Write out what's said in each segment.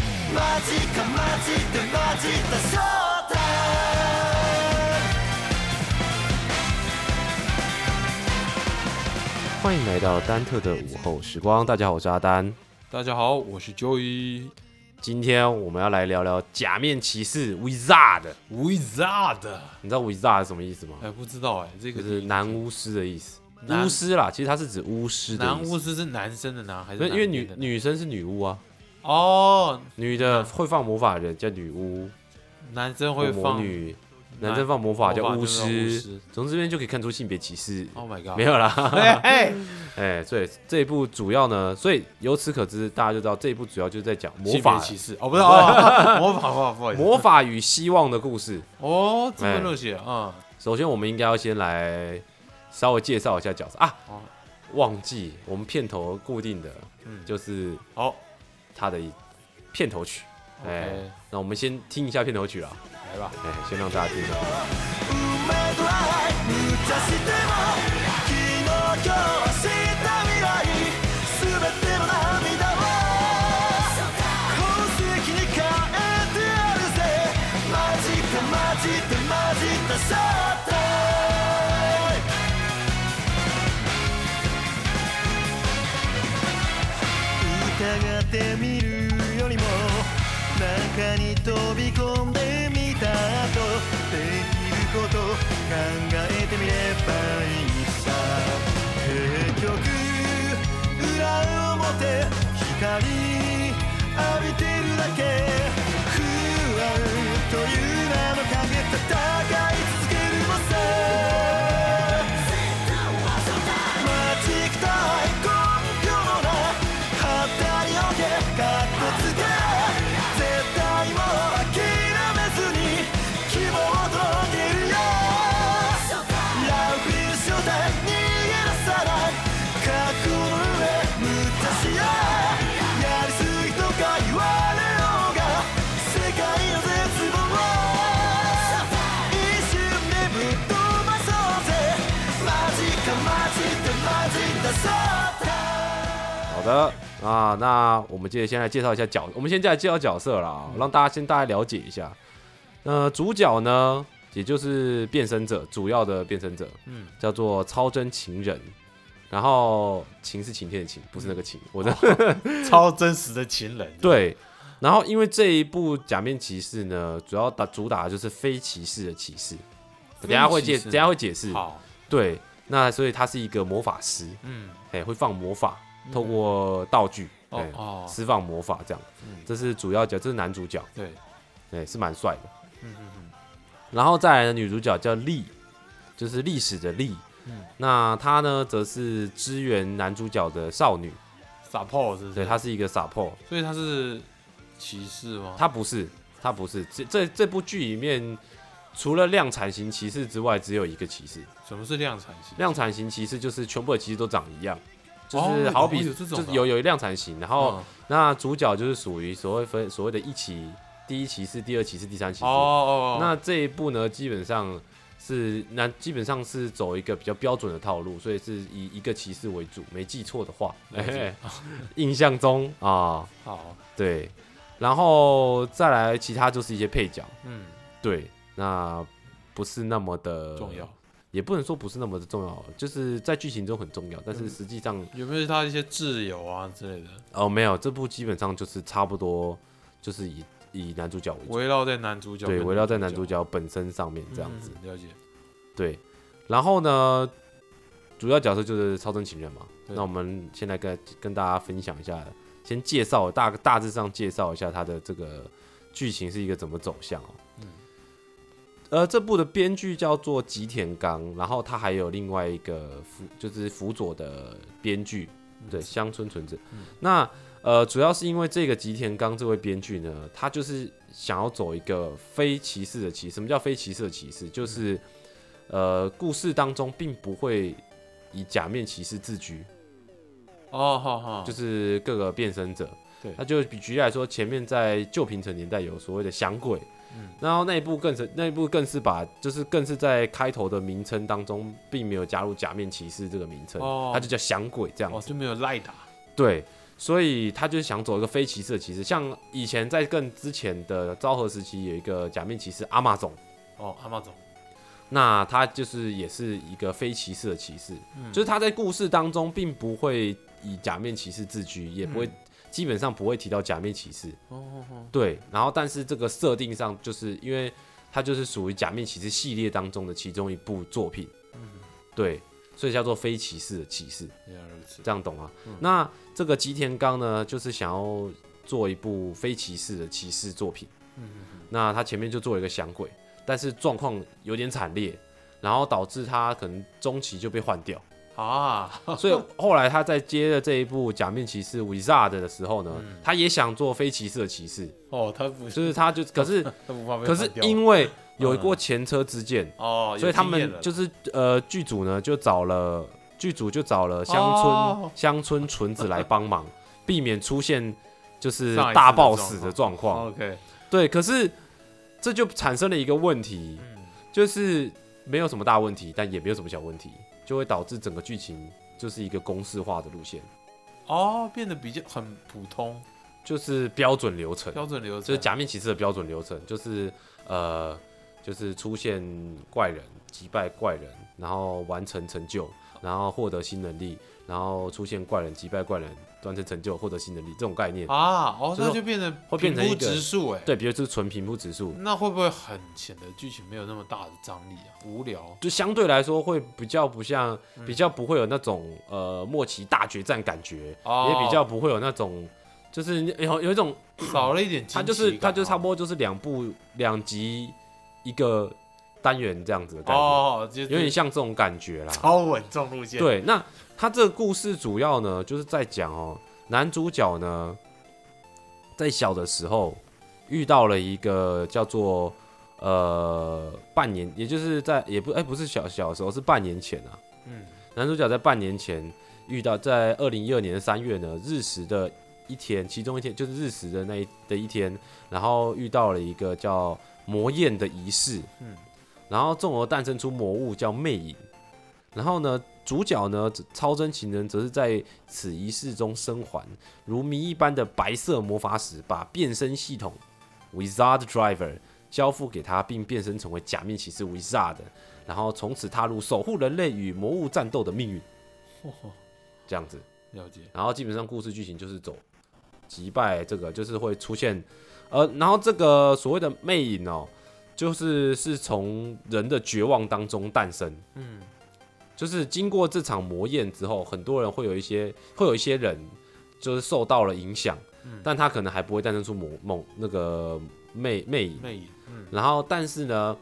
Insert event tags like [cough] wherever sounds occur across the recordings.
ジかマジでマジだそうだ欢迎来到丹特的午后时光，大家好，我是阿丹。大家好，我是 Joey 今天我们要来聊聊《假面骑士 Wizard》。 Wizard。你知道 Wizard 是什么意思吗？哎，不知道哎，这就个是男巫师的意思。男巫师啦，其实它是指巫师的男意巫思。师是男生的男还是不是男因为女女的男女生是女巫啊，哦，女的会放魔法的人叫女巫，男生会魔放女，男男生放魔法魔叫法巫就是巫师师。从这边就可以看出性别歧视。 ，Oh my god，没有啦，哎， [laughs] 哎，所以这一部主要呢，所以由此可知，大家就知道这一部主要就是在讲魔性别法、歧视哦，不是 [laughs] 哦，魔法，魔法，不好意思，魔哎法与希望的故事。哦，这么热血啊，首先，我们应该要先来稍微介绍一下角色啊哦。忘记我们片头固定的嗯，就是好它的一片头曲。哎，OK，，那我们先听一下片头曲啦。来吧，哎，先让大家听一下。うまくない無茶しても昨日今日知った未来全ての涙を宝石に変えてやるぜマジかマジでマジだそうだ疑ってみるよりも中に飛び込んでみたとできること考えてみればいいさ結局裏表光浴びてるだけ不安という名の影戦い続けるのさマジックタイコンピューター当たりをけかっこいいつけ絶対もう諦めずに希望を届けるよラブリーショータイ逃げ出さない覚悟の上無茶しようやりすぎとか言われようが世界の絶望を一瞬でぶっ飛ばそうぜマジかマジでマジだそうだ好的啊，那我们接着先来介绍一下角，我们先来介绍角色嗯啦，让大家先大概了解一下。呃，主角呢，也就是变身者，主要的变身者，嗯，叫做超真情人。然后情是晴天的晴，不是那个情，嗯我的、超真实的情人，，对。然后因为这一部《假面骑士》呢，主要打主打的就是非骑士的骑士，等一下会解，等一下会解释。好，对，那所以他是一个魔法师，嗯，哎，会放魔法，透过道具，哦哎哦释放魔法这样。嗯这是主要角，这是男主角，对，哎，是蛮帅的。嗯嗯嗯，然后再来的女主角叫丽，就是历史的丽。嗯那她呢，则是支援男主角的少女，傻炮是不是？对，她是一个傻 p 嗯所以他是骑士吗？她不是，她不是。这这这部剧里面，除了量产型骑士之外，只有一个骑士。什么是量产型？量产型骑士就是全部的骑士都长一样，就哦是好比、有这种的就是有有量产型，然后、哦那主角就是属于所谓分所谓的一期、第一骑士、第二骑士、第三骑士。哦哦，那这一部呢，基本上是那基本上是走一个比较标准的套路，所以是以一个骑士为主，没记错的话，了解印象中啊，好，对，然后再来其他就是一些配角，嗯，对，那不是那么的重要。。也不能说不是那么的重要，就是在剧情中很重要，但是实际上、有没有他一些挚友啊之类的，哦没有，这部基本上就是差不多就是以以男主角为主，围绕在男主角跟对，女围绕在男主角本身上面这样子。嗯了解。对，然后呢，主要角色就是超真情人嘛。对那我们先来跟跟大家分享一下，先介绍大大致上介绍一下它的这个剧情是一个怎么走向哦。嗯呃，这部的编剧叫做吉田刚，然后他还有另外一个辅，就是辅佐的编剧，嗯对，乡村纯子。那呃，主要是因为这个吉田刚这位编剧呢，他就是想要走一个非歧视的歧视。什么叫非歧视的歧视？就是、嗯呃，故事当中并不会以假面骑士自居，哦，好好，就是是各个变身者。对那就比举例来说，前面在旧平成年代有所谓的降鬼，嗯然后那一部更是那一部更是把就是更是在开头的名称当中并没有加入假面骑士这个名称，哦它就叫降鬼这样哦子。就没有赖打，对，所以他就是想走一个非歧视的歧视。像以前在更之前的昭和时期，有一个假面骑士阿玛总，哦，阿妈总，那他就是也是一个非歧视的歧视，就是他在故事当中并不会以假面骑士自居，也不会、基本上不会提到假面骑士。哦哦对，然后但是这个设定上，就是因为它就是属于假面骑士系列当中的其中一部作品，对，所以叫做非骑士的骑士，哦，原来如此。这样懂吗？嗯那这个吉田刚呢，就是想要做一部非骑士的骑士作品，嗯那他前面就做了一个响鬼，但是状况有点惨烈，然后导致他可能中期就被换 [laughs] 掉。啊，所以后来他在接了这一部《假面骑士 Wizard》的时候呢，嗯他也想做非骑士的 [laughs] 骑士，哦，他不就是他 [laughs] 就可是他不怕被可是换掉嗯因为有过前车之鉴，哦，有所以他经验们了就是呃剧组呢就找了剧组就找了乡村、哦乡村纯子来帮忙， [laughs] 避免出现就是上一次的大爆死的状哦状况。 OK，对，可是这就产生了一个问题，嗯就是没有什么大问题，但也没有什么小问题，就会导致整个剧情就是一个公式化的路线，哦，变得比较很普通，就是标准流程。标准流程，就是假面骑士的标准流程，就是呃，就是出现怪人，击败怪人，然后完成成就，然后获得新能力，然后出现怪人，击败怪人，完成成就，获得新能力这种概念。啊，哦，就是那就变成会变成一平个铺直述哎，对，比如就是纯平铺指数，那会不会很显得剧情没有那么大的张力啊？无聊就相对来说会比较不像，嗯比较不会有那种呃末期大决战感觉，哦也比较不会有那种。就是有有一种，少了一点惊喜它感啊，就是它就差不多就是两部两集一个单元这样子的感觉，哦，就是有点像这种感觉啦。超稳重路线，，对，那他这个故事主要呢，就是在讲哦，男主角呢，在小的时候遇到了一个叫做呃半年，也就是在也不哎、不是小小的时候，是半年前啊。嗯，男主角在半年前遇到，在二零一二年的三月呢，日食的一天，其中一天就是日食的那一的一天，然后遇到了一个叫魔焰的仪式，嗯然后众而诞生出魔物叫魅影，然后呢，主角呢超真情人则是在此仪式中生还，如谜一般的白色魔法使把变身系统 Wizard Driver 交付给他，并变身成为假面骑士 Wizard，然后从此踏入守护人类与魔物战斗的命运，这样子。了解，然后基本上故事剧情就是走击败这个，就是会出现，呃，然后这个所谓的魅影哦，就是是从人的绝望当中诞生，嗯，就是经过这场魔焰之后，很多人会有一些会有一些人就是受到了影响，但他可能还不会诞生出魔梦那个魅魅影，魅影，嗯，然后但是呢，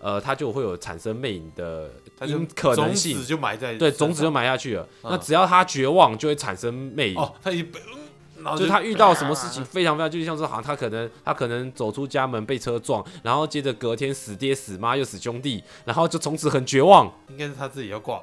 呃，他就会有产生魅影的它就因可能性种子。就埋在对，身上种子就埋下去了。嗯那只要他绝望，就会产生魅影。哦，他一被，嗯然后就是他遇到什么事情非常非常，就像是好像他可能他可能走出家门被车撞，然后接着隔天死爹死妈又死兄弟，然后就从此很绝望。 [laughs] 应该是他自己要挂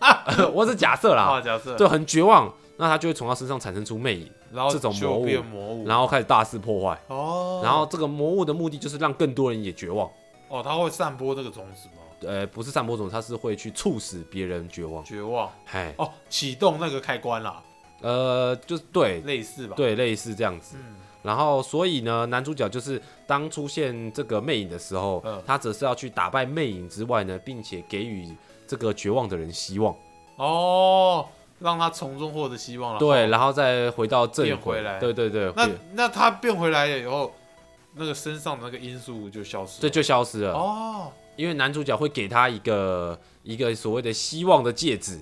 吧，我是假设啦，啊，假设，就很绝望，那他就会从他身上产生出魅影，然后这种就魔物变魔物，然后开始大肆破坏。哦，然后这个魔物的目的就是让更多人也绝望，哦，他会散播这个种子吗？呃，不是散播种，他是会去促使别人绝望。绝望，嗨，哦，启动那个开关啦，呃，就是对类似吧？，对，类似这样子。嗯然后，所以呢，男主角就是当出现这个魅影的时候，嗯他则是要去打败魅影之外呢，并且给予这个绝望的人希望，哦，让他从中获得希望了。对，然后再回到正轨，变回来对对对，那对那他变回来了以后，那个身上的那个因素就消失这了。就消失了，哦，因为男主角会给他一个一个所谓的希望的戒指，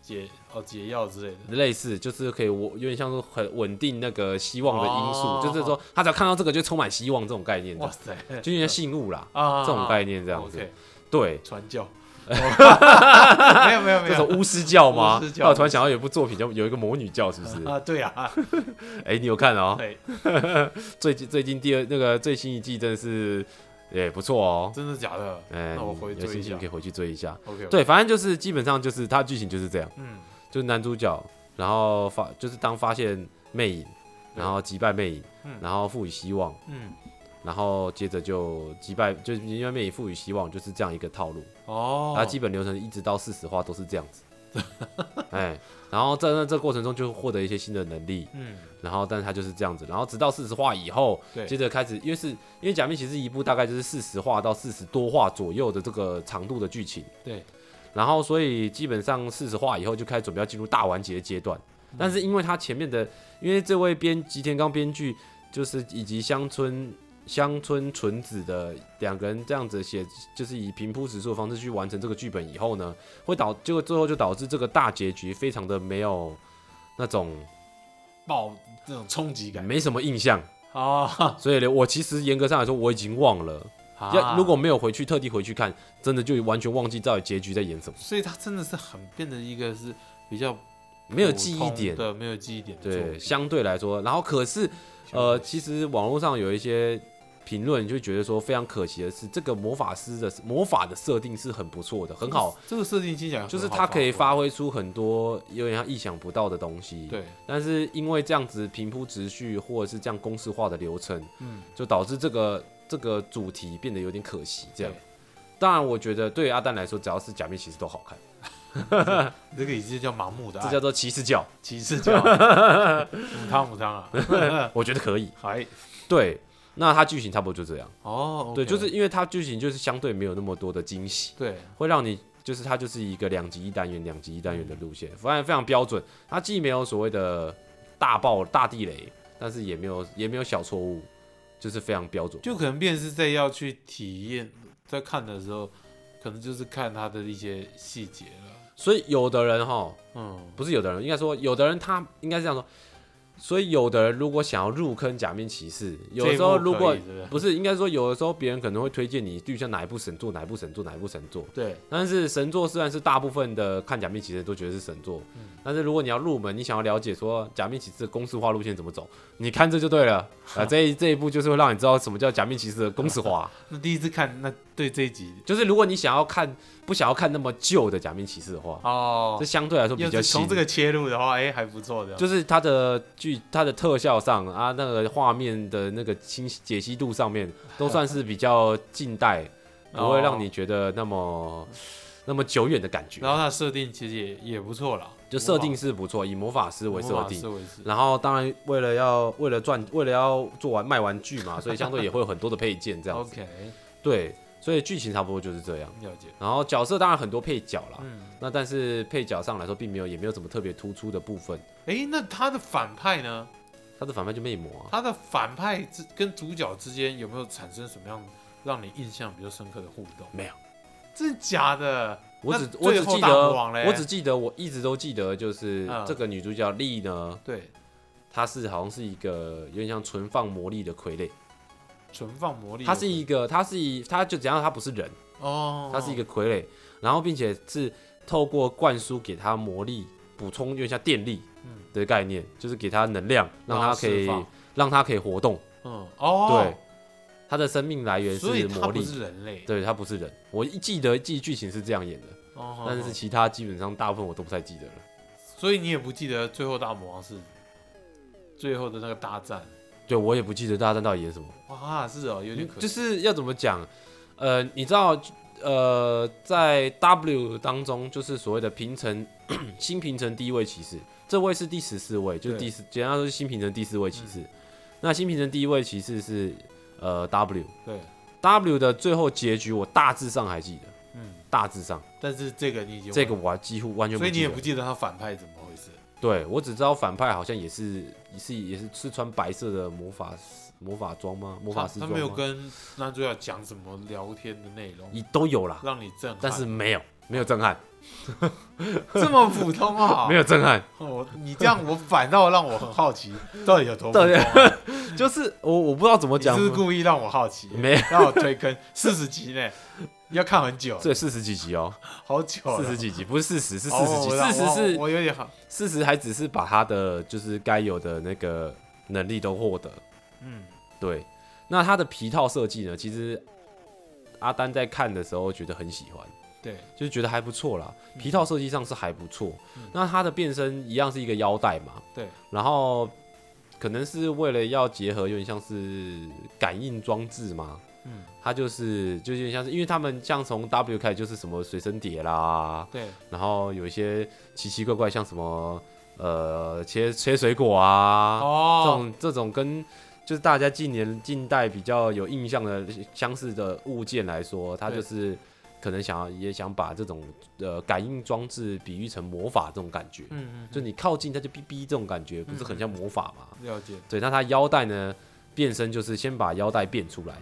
解哦解药之类的。类似就是可以我有点像是很稳定那个希望的因素，哦就是说他只要看到这个就充满希望这种概念，哇塞，就有点信物啦，啊这种概念这这样子， OK，对。传 [laughs] 教。没有没有没这种有巫师教吗？啊巫师教那我突然想到有一部作品叫有一个魔女教，是 [laughs] 不是？啊，对啊，哎、你有看哦？对，最近最近第二那个最新一季真的是也、不错哦。真的假的？哎、那我回你有追兴一趣下可。以回去追一下。 OK，，对，反正就是基本上就是它剧情就是这样，嗯，就是男主角，然后发就是当发现魅影，然后击败魅影嗯，然后赋予希望，嗯，然后接着就击败，就是因为魅影赋予希望，就是这样一个套路。哦它，基本流程一直到四十话都是这样子。 [laughs] 哎，然后在那这过程中就获得一些新的能力，嗯，然后但是他就是这样子，然后直到四十话以后，对接着开始，因为是因为假面骑士一部大概就是四十话到四十多话左右的这个长度的剧情，对，然后所以基本上四十话以后就开始准备要进入大完结的阶段，嗯但是因为他前面的，因为这位编吉田刚编剧就是以及乡村乡村纯子的两个人这样子写，就是以平铺直述的方式去完成这个剧本以后呢，会导结果最后就导致这个大结局非常的没有那种爆那种冲击感没什么印象，啊！所以呢，我其实严格上来说我已经忘了， [laughs] 要如果没有回去特地回去看，真的就完全忘记到底结局在演什么，啊所以他真的是很变得一个是比较没有记忆点。对，没有记忆点的作对，品，相对来说，然后可是呃，其实网络上有一些评论就觉得说，非常可惜的是，这个魔法师的魔法的设定是很不错的，很好，这个设定听起来就是很好它可以发挥，挥出很多有点像意想不到的东西。，对，但是因为这样子平铺直叙或者是这样公式化的流程，嗯，就导致这个这个主题变得有点可惜。这样对，当然我觉得对于阿蛋来说，只要是假面骑士都好看，这个已经叫盲目的这爱叫，做骑士教，骑士叫 [laughs] 母汤母汤啊，我觉得可以。还对，那它剧情差不多就这样。哦，对， OK 就是因为它剧情就是相对没有那么多的惊喜，对，会让你就是它就是一个两极一单元、两极一单元的路线，嗯反正非常标准。它既没有所谓的大爆大地雷，但是也没有也没有小错误，就是非常标准。就可能便是在要去体验，在看的时候，可能就是看他的一些细节了，所以有的人哈，嗯，不是有的人，应该说有的人他应该是这样说。所以有的人如果想要入坑假面骑士，有这一时候部如可果以对不不是应该说有的时候别人可能会推荐你，就像哪一部神作、哪一部神作、哪一部神作，对，但是神作虽然是大部分的看假面骑士都觉得是神作，嗯但是如果你要入门，你想要了解说假面骑士的公式化路线怎么走，你看这就对了。 [laughs] 啊，这一这一步就是会让你知道什么叫假面骑士的公式化。那第一次看，那对这一集就是如果你想要看不想要看那么旧的假面骑士的话，哦这，相对来说比要较是新从这。个切入的话，哎，还不错的，就是它的剧、它的特效上啊，那个画面的那个清晰解析度上面，都算是比较近代，哦不会让你觉得那么那么久远的感觉。然后它的设定其实也也不错啦，就设定是不错，以魔法师魔为法设魔法定思。维是然后当然为了要为了赚为了要做完卖完剧 [laughs] 嘛，所以相对也会有很多的配件这哦样子。 ，OK，对，所以剧情差不多就是这样。了解，然后角色当然很多配角啦，嗯，那但是配角上来说并没有也没有什么特别突出的部分。哎，那他的反派呢？他的反派就魅魔啊，他的反派之跟主角之间有没有产生什么样让你印象比较深刻的互动？没有，真的假的？我那只最我只后记大得魔王嘞我只记得我一直都记得就是嗯这个女主角丽呢，对，她是好像是一个有点像存放魔力的傀儡，存放魔力，她是一个她是一她就只要她不是人。哦，他是一个傀儡，然后并且是透过灌输给他魔力，补充用一下电力嗯的概念，就是给他能量，让然他后可释以放让他可以活动。嗯哦对，，他的生命来源所以是他魔不力，是人类，对他不是人。我一记得记剧情是这样演的，哦，但是其他基本上大部分我都不太记得了。所以你也不记得最后大魔王是最后的那个大战对我也不记得大战到底演什么，哇，是哦，有点可惜，嗯就是要怎么讲，呃，你知道。呃，在 W 当中，就是所谓的平成新平成第一位骑士，这位是第十四位，就是第十，简单来说是新平成第四位骑士。嗯那新平成第一位骑士是呃 W 对， W 的最后结局，我大致上还记得，嗯，大致上但是这个你已经这个我还几乎完全不所记以得。你也不记得他反派怎么回事，对我只知道反派好像也是也是也是是穿白色的魔法魔法装吗？魔法师他装他没有吗跟男主角讲什么聊天的内容，也都有啦，让你震撼，但是没有没有震撼， [laughs] 这么普通啊，没有震撼。哦，你这样我反倒让我很好 [laughs] 奇，到底有多普到通底啊、 [laughs] 就是我我不知道怎么你是讲不，是故意让我好奇，没让我推坑四十集呢，要看很久，这四十几集哦，好久了，四十几集不是四十，是四哦十集，我四十我是我有点好，四十还只是把他的就是该有的那个能力都获得。嗯，对，那他的皮套设计呢，其实阿丹在看的时候觉得很喜欢，对，就是觉得还不错啦。嗯皮套设计上是还不错，那他的变身一样是一个腰带嘛，对，然后可能是为了要结合有点像是感应装置嘛，嗯，它就是就有点像是，因为他们像从 W 开始就是什么随身碟啦，对，然后有一些奇奇怪怪，像什么呃切切水果啊，这哦，种这种跟就是大家近年近代比较有印象的相似的物件来说，它对就是可能想要也想把这种呃感应装置比喻成魔法这种感觉，嗯嗯就你靠近它就哔哔这种感觉，不是很像魔法吗？嗯，了解，对，那它腰带呢变身就是先把腰带变出来。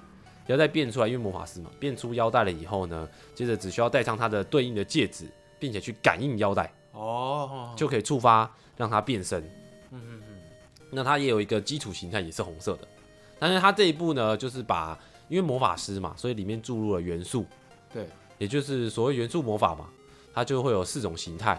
腰带变出来，因为魔法师嘛，变出腰带了以后呢，接着只需要戴上它的对应的戒指，并且去感应腰带，哦，就可以触发让它变身。嗯嗯嗯，那它也有一个基础形态也是红色的，但是它这一步呢，就是把因为魔法师嘛，所以里面注入了元素，对，也就是所谓元素魔法嘛，它就会有四种形态，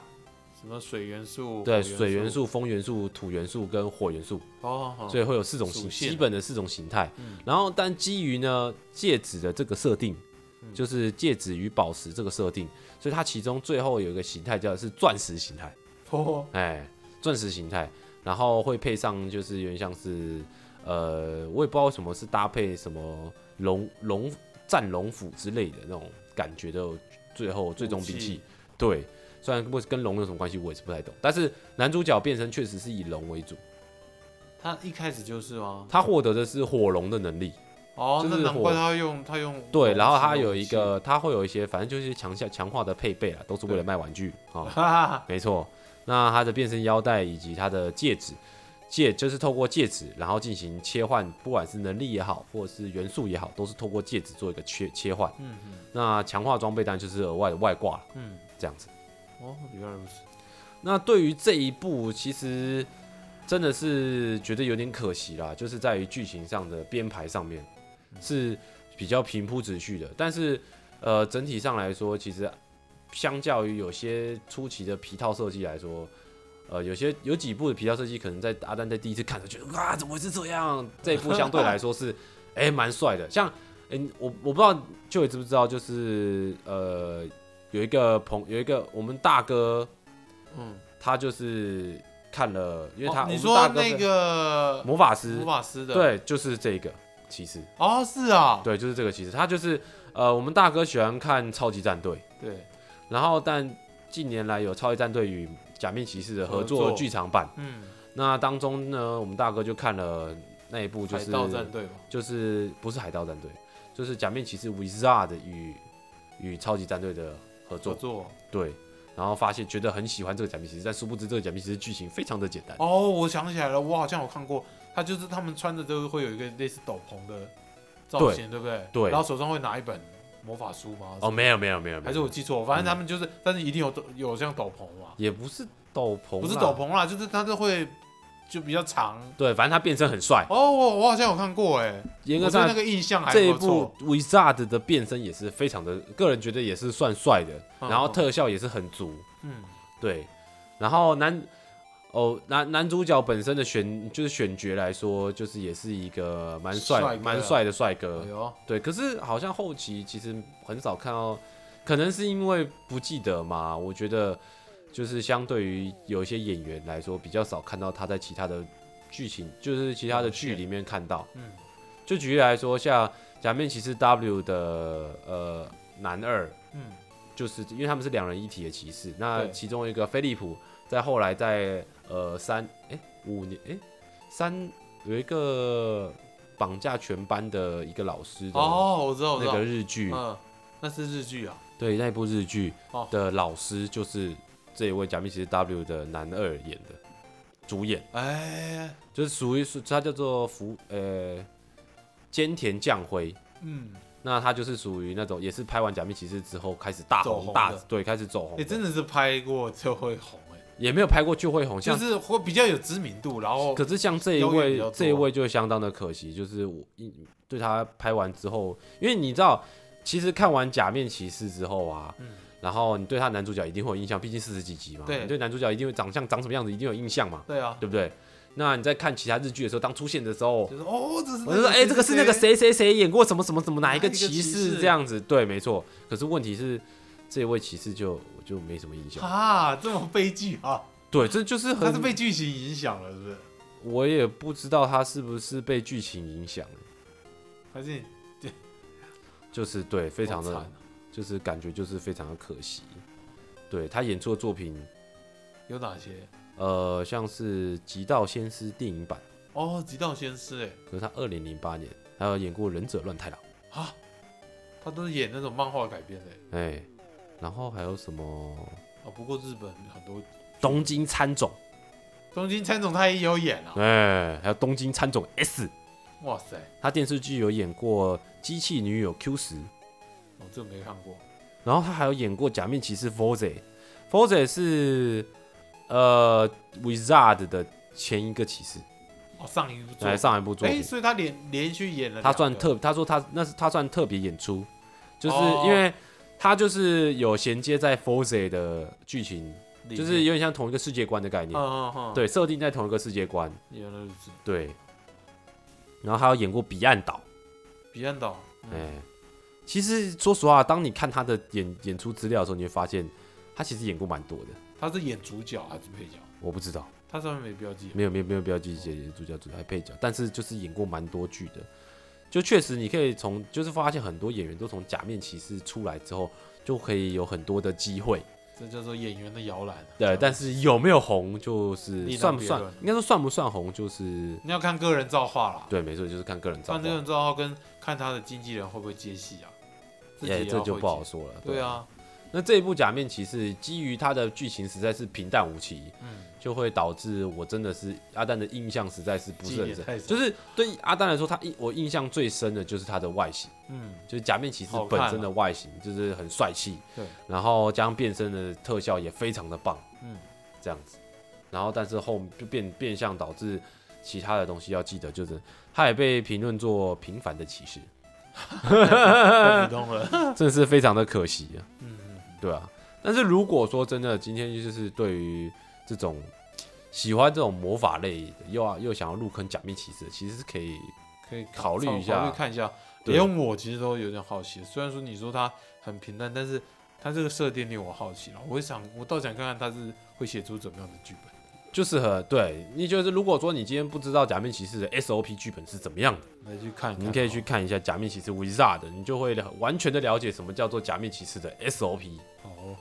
什么水元素，对，火水元，素、风元素、土元素跟火元素，哦，哦所以会有四种属形性基本的四种形态嗯。然后，但基于呢戒指的这个设定，嗯就是戒指与宝石这个设定，所以它其中最后有一个形态叫是钻石形态。哦，哎，钻石形态，然后会配上就是有点像是，呃，我也不知道为什么是搭配什么龙龙战龙斧之类的那种感觉的，最后最终兵器器，对，虽然跟跟龙有什么关系我也是不太懂，但是男主角变身确实是以龙为主，他一开始就是吗？他获得的是火龙的能力，哦，就是那难火怪他用他用对，火然后去他弄有一器，个他会有一些反正就是强下强化的配备啦，都是为了对卖玩具 [laughs] 啊。哈哈，没错，那它的变身腰带以及它的戒指，戒就是透过戒指，然后进行切换，不管是能力也好，或者是元素也好，都是透过戒指做一个切切换。嗯嗯那强化装备当然就是额外的外挂了，嗯，这样子。哦，原来如此，那对于这一部，其实真的是觉得有点可惜啦，就是在于剧情上的编排上面是比较平铺直叙的，但是呃，整体上来说，其实相较于有些初期的皮套设计来说。呃，有些有几部的皮套设计，可能在阿丹在第一次看的觉得啊，怎么会是这样？这一部相对来说是， [laughs] 哎、蛮帅的。像，嗯、我我不知道就你知不知道，就是呃，有一个朋有一个我们大哥，嗯，他就是看了，因为他、哦你我们说大哥那是个魔法师魔，法师的，，对，就是这个骑士，哦，是啊，对，就是这个骑士，他就是呃，我们大哥喜欢看超级战队，对，然后但近年来有超级战队与假面骑士的合合作作剧场版，嗯，那当中呢，我们大哥就看了那一部就海是盗战队吧，就是不是海盗战队，就是假面骑士 Wizard 与与超级战队的合合作，作，对。然后发现觉得很喜欢这个假面骑士，但殊不知这个假面骑士剧情非常的简单，哦，我想起来了，我好像有看过，他就是他们穿的都会有一个类似斗篷的造型，对不对？对然后手上会拿一本魔法书吗？哦，，嗯没有没有没有，没有还是我记错，反正他们就是，但是一定有斗有像斗篷嘛，也不是斗篷，啊不是斗，篷啦，就是它是会就比较长。对，反正他变身很帅。哦，我我好像有看过哎，严格我对上那个印象还这一不部错。 Wizard 的变身也是非常的，个人觉得也是算帅的，嗯然后特效也是很足，嗯，对。然后男哦男男主角本身的选就是选角来说，就是也是一个蛮帅帅哥蛮帅的帅哥哎，呦，对。可是好像后期其实很少看到，可能是因为不记得嘛，我觉得。就是相对于有一些演员来说，比较少看到他在其他的剧情，就是其他的剧里面看到。嗯，就举例来说，像《假面骑士 W》的呃男二，嗯，就是因为他们是两人一体的骑士，那对其中一个菲利普，在后来在呃三哎五年哎三有一个绑架全班的一个老师的哦，我知道，我知那道个，日剧，嗯，那是日剧啊，对那一部日剧哦的老师就是这一位《假面骑士 W》的男二演的主演。哎，就是属于是它叫做福呃菅田将晖，嗯，那他就是属于那种也是拍完《假面骑士》之后开始大走红红大的对开始走红的，哎，真的是拍过就会红哎。也没有拍过就会红，就像是会比较有知名度，然后可是像这一优越比较位多这一位就相当的可惜，就是我一对他拍完之后，因为你知道，其实看完《假面骑士》之后啊。嗯然后你对他男主角一定会有印象，毕竟四十几集嘛。对你对男主角一定会长相长什么样子，一定有印象嘛，对啊，对不对？那你在看其他日剧的时候，当出现的时候，就是哦，这是我就说，哎、这个是那个，谁谁谁演过什么什么什么哪一个骑哪一个骑士士这样子？对，没错。可是问题是，这位骑士就我就没什么印象。啊，这么悲剧 [laughs] 啊，对，这就是他是很，被剧情影响了，是不是？我也不知道他是不是被剧情影响。还是你就是对，非好常惨的啊就是感觉就是非常的可惜。对他演出的作品，有哪些？呃，像是《极道先师》电影版，哦，极道先师哎，可是他二零零八年还有演过《忍者乱太郎》，啊，他都是演那种漫画改编的欸哎、然后还有什么啊。不过日本很多《东京喰种》东京参总他也有演啊。哎、还有《东京喰种 S》，哇塞，他电视剧有演过《机器女友 Q 十》，我这没看过。然后他还有演过《假面骑士 f o r z e f o r z e 是呃 Wizard 的前一个骑士，哦，上一部作来上一部作哎、品，所以他连连续演了两个。他算特，他说他那是他算特别演出，就是哦因为他就是有衔接在 f o r z e 的剧情，里面，就是有点像同一个世界观的概嗯念，嗯嗯，对，设定在同一个世界观，原来如此。对，然后还有演过《彼岸岛》，彼岸岛，哎、嗯，其实说实话，当你看他的演演出资料的时候，你会发现他其实演过蛮多的，他是演主角还是配角？我不知道。他上面没标记啊。没有没有没有标记写主角、主角还配角，但是就是演过蛮多剧的，就确实你可以从就是发现很多演员都从假面骑士出来之后，就可以有很多的机会。这叫做演员的摇篮啊。对，但是是有没有红就是另当算不别算论，应该说算不算红就是你要看个人造化啦。对，没错，就是看个人造看化个。人造化跟看他的经纪人会不会接戏啊？自己哎、也这要就会不好接。说了。对，啊，那这一部假面骑士基于它的剧情实在是平淡无奇，嗯，就会导致我真的是阿丹的印象实在是不记是忆很也深，太少就是对阿丹来说，他印我印象最深的就是他的外形。嗯，就是假面骑士好看本啊身的外形就是很帅气，对，然后加上变身的特效也非常的棒，嗯，这样子，然后但是后就变变相导致其他的东西要记得，就是他也被评论作平凡的骑士，嗯 [laughs] 太普通了。真的是非常的可惜啊，嗯嗯，对啊，但是如果说真的今天就是对于这种喜欢这种魔法类的，又要又想要入坑假面骑士的，其实是可以，可以考虑一下考虑看一下。对连我其实都有点好奇，虽然说你说他很平淡，但是他这个设定令我好奇了。我想，我倒想看看他是会写出怎么样的剧本。就是很对，你就是如果说你今天不知道假面骑士的 SOP 剧本是怎么样的。来去看一哦看，你可以去看一下《假面骑士 Wizard》，你就会了完全的了解什么叫做假面骑士的 SOP。哦。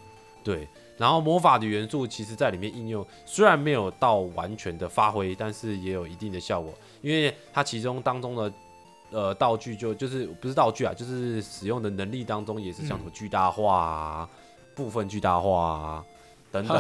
对，然后魔法的元素其实在里面应用，虽然没有到完全的发挥，但是也有一定的效果，因为它其中当中的呃道具就就是不是道具啊，就是使用的能力当中也是像嗯什么巨大化啊、部分巨大化啊等等，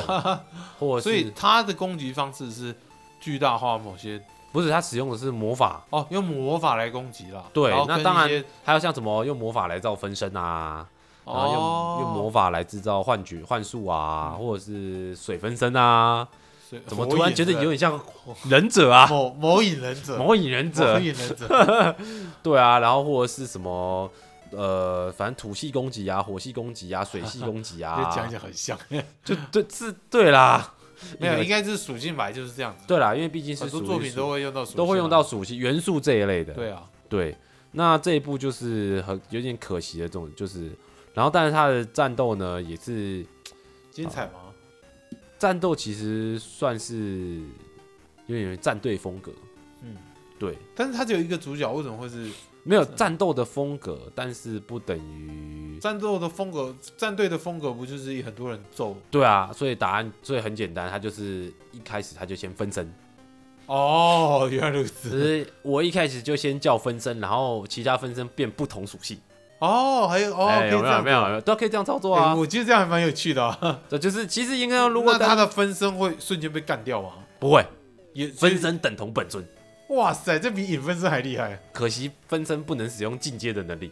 哦，或者所以是他的攻击方式是巨大化某些不是它使用的是魔法，哦，用魔法来攻击啦。对然后那跟当然一些还有像什么用魔法来造分身啊。然后用、哦，用魔法来制造幻觉、幻术啊，或者是水分身啊，所以怎么火突然影觉之得有类点像忍者啊，某某影忍 [laughs] 者，魔影忍者某，影忍者，对啊，然后或者是什么呃，反正土系攻击啊、火系攻击啊、水系 [laughs] 攻击就讲啊，起来很像， [laughs] 就对是，对啦， [laughs] 没有，因为应该是属性牌就是这样子。对啦，因为毕竟是很多属于作品属都会用到属性啊，都会用到属性元素这一类的，对啊，对，那这一部就是很有点可惜的这种，就是，然后但是它的战斗呢也是精彩吗？战斗其实算是有点战队风格，嗯，对，但是他只有一个主角，为什么会是没有战斗的风格，但是不等于战斗的风格？战队的风格不就是很多人揍？对啊，所以答案所以很简单，他就是一开始他就先分身，哦，原来如只此。是我一开始就先叫分身，然后其他分身变不同属性，哦，还有哦，可哎以这有没有样没有没有都可以这样操作哎啊，我觉得这样还蛮有趣的啊。这就是其实应该如果那他的分身会瞬间被干掉吗？不会也分，身等同本尊，哇塞，这比影分身还厉害。可惜分身不能使用进阶的能力，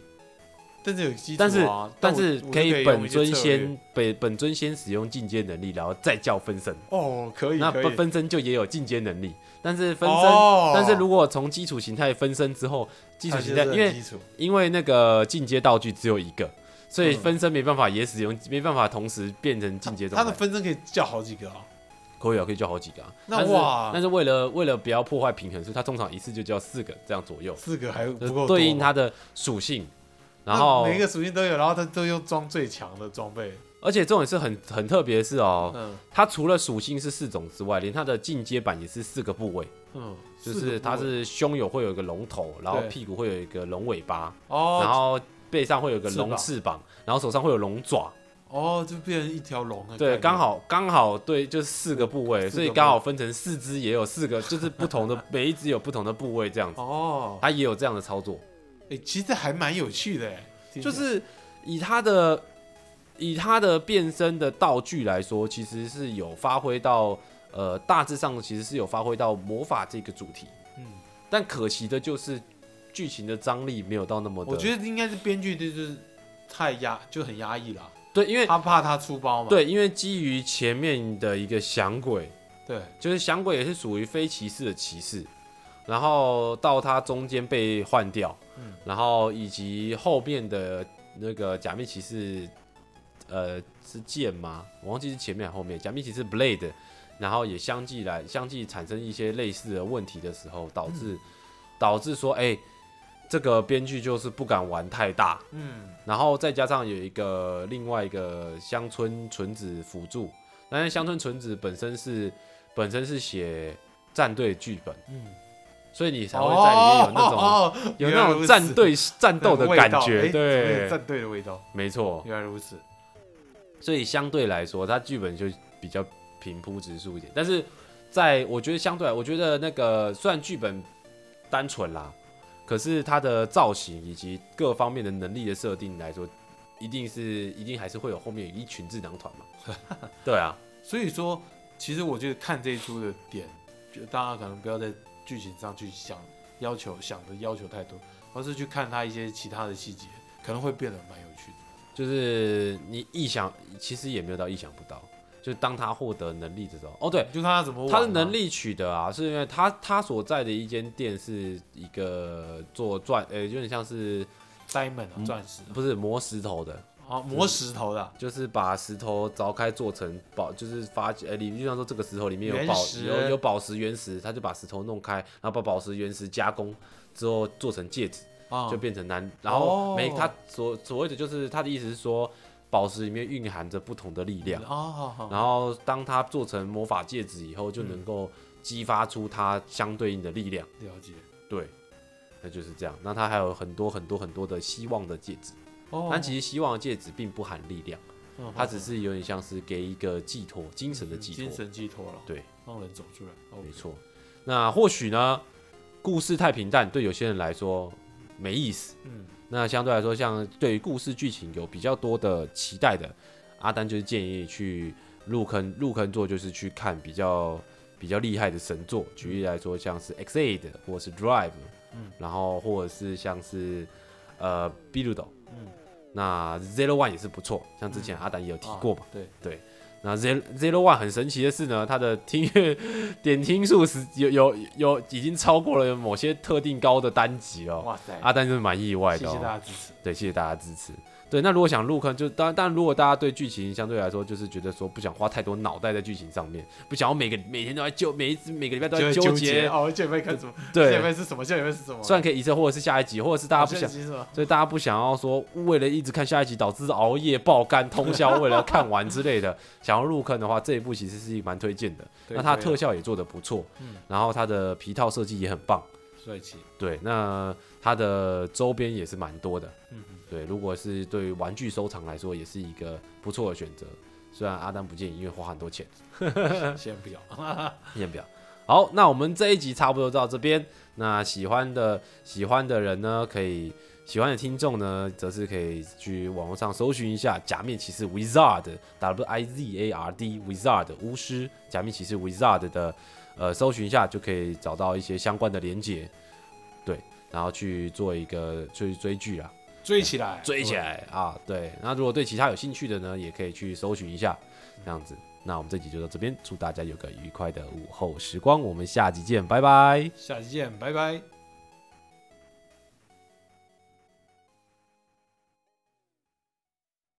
但是有基础但是啊，但我是我就可可以用以本一些尊策略先本本尊先使用进阶能力，然后再叫分身。哦，可以，那可不以分身就也有进阶能力，但是分身，哦但是如果从基础形态分身之后，基础它形就态是因很为基础因为那个进阶道具只有一个，所以嗯分身没办法也使用，没办法同时变成进阶它状的态。分身可以叫好几个啊，可以啊，可以叫好几个、啊。那但是哇但是为了为了不要破坏平衡，所以它通常一次就叫四个这样左右，四个还就不是够对应多啊它的属性。那然后，每一个属性都有，然后它都用装最强的装备，而且这种也是很很特别的是哦，嗯它除了属性是四种之外，连它的进阶版也是四个部位。嗯，四就个是部它位是胸有会有一个龙头，然后对屁股会有一个龙尾巴，然哦，后背上会有个龙翅膀，然后手上会有龙爪，哦，就变成一条龙的概念。对，刚好刚好对，就是四个部位，四个所以刚好分成四只也有四个，就是不同的 [laughs] 每一只有不同的部位这样子，哦，它也有这样的操作，哎、其实还蛮有趣的，哎就是以它的以它的变身的道具来说，其实是有发挥到呃大致上其实是有发挥到魔法这个主题，嗯，但可惜的就是剧情的张力没有到那么的，我觉得应该是编剧就是太压就很压抑啦，对，因为他怕他出包嘛。对，因为基于前面的一个响鬼，对，就是响鬼也是属于非骑士的骑士，然后到他中间被换掉，嗯然后以及后面的那个假面骑士，呃，是剑吗？我忘记是前面还是后面，假面骑士 Blade，然后也相继来相继产生一些类似的问题的时候，导致、嗯导致说，哎、这个编剧就是不敢玩太大，嗯，然后再加上有一个另外一个乡村纯子辅助，但是乡村纯子本身是本身是写战队剧本，嗯嗯，所以你才会在里面有那哦种、哦哦有原来如那种此战队战斗的那感个味道觉，哎对，战队的味道。没错。原来如此，所以相对来说，它剧本就比较平铺直述一点。但是在我觉得相对来，我觉得那个虽然剧本单纯啦，可是它的造型以及各方面的能力的设定来说，一定是一定还是会有后面有一群智囊团嘛。 [laughs] 对啊，所以说，其实我觉得看这一出的点，就大家可能不要在剧情上去想要求想的要求太多，而是去看它一些其他的细节，可能会变得蛮有趣的。就是你意想，其实也没有到意想不到。就当他获得能力的时候，哦对，就看他怎么玩嘛他的能力取得啊，是因为他他所在的一间店是一个做钻，呃、有点像是 diamond 啊嗯钻石啊不是磨石头的，啊磨石头的啊就是把石头凿开做成宝，就是发呃，理论上说这个石头里面有原宝石有有宝石原石，他就把石头弄开，然后把宝石原石加工之后做成戒指，啊就变成男。然后每哦他所所谓的就是他的意思是说，宝石里面蕴含着不同的力量啊，好好然后当他做成魔法戒指以后，就嗯能够激发出它相对应的力量。了解对，那就是这样。那它还有很多很多很多的希望的戒指，哦但其实希望的戒指并不含力量。嗯它只是有点像是给一个寄托，精神的寄精托。神寄托了，对，让人走出来，哦没错。那或许呢，故事太平淡，对有些人来说没意思。嗯那相对来说，像对于故事剧情有比较多的期待的，阿丹就是建议去入坑入坑做，就是去看比较比较厉害的神作。举例来说，像是 X A 的，或是 Drive，嗯然后或者是像是呃 b i l u d o 嗯那 Zero One 也是不错，像之前阿丹也有提过嘛。啊对，那 Zero Zero One 很神奇的是呢，它的听乐 [laughs] 点听数是有有有已经超过了某些特定高的单集了哦。哇塞，阿丹真的蛮意外谢的、哦，谢大家支持，对，谢谢大家支持。对，那如果想入坑，就当然，但如果大家对剧情相对来说，就是觉得说不想花太多脑袋在剧情上面，不想要每个每天都在纠，每一次每个礼拜都在就纠结结，哦，下礼拜看什么？下礼对，拜是什么？下礼拜是什么？哦虽然可以一次或者是下一集，或者是大家不好像想已，经是吧所以大家不想要说为了一直看下一集导致熬夜爆肝通宵，为了看完 [laughs] 之类的，想要入坑的话，这一部其实是蛮推荐的。对那它对啊特效也做得不错嗯，然后它的皮套设计也很棒，帅气，对，那它的周边也是蛮多的。嗯嗯。对，如果是对于玩具收藏来说，也是一个不错的选择。虽然阿丹不建议，因为花很多钱，嗯先不要。啊验表。好，那我们这一集差不多到这边。那喜欢的喜欢的人呢，可以喜欢的听众呢，则是可以去网络上搜寻一下《假面骑士 Wizard》W I Z A R D Wizard 巫师《假面骑士 Wizard》的呃，搜寻一下就可以找到一些相关的连接，对，然后去做一个去追剧啊。追起来， [laughs] 追起来啊！对，那如果对其他有兴趣的呢，也可以去搜寻一下，这样子。那我们这集就到这边，祝大家有个愉快的午后时光，我们下集见，拜拜。对！下期见，拜拜。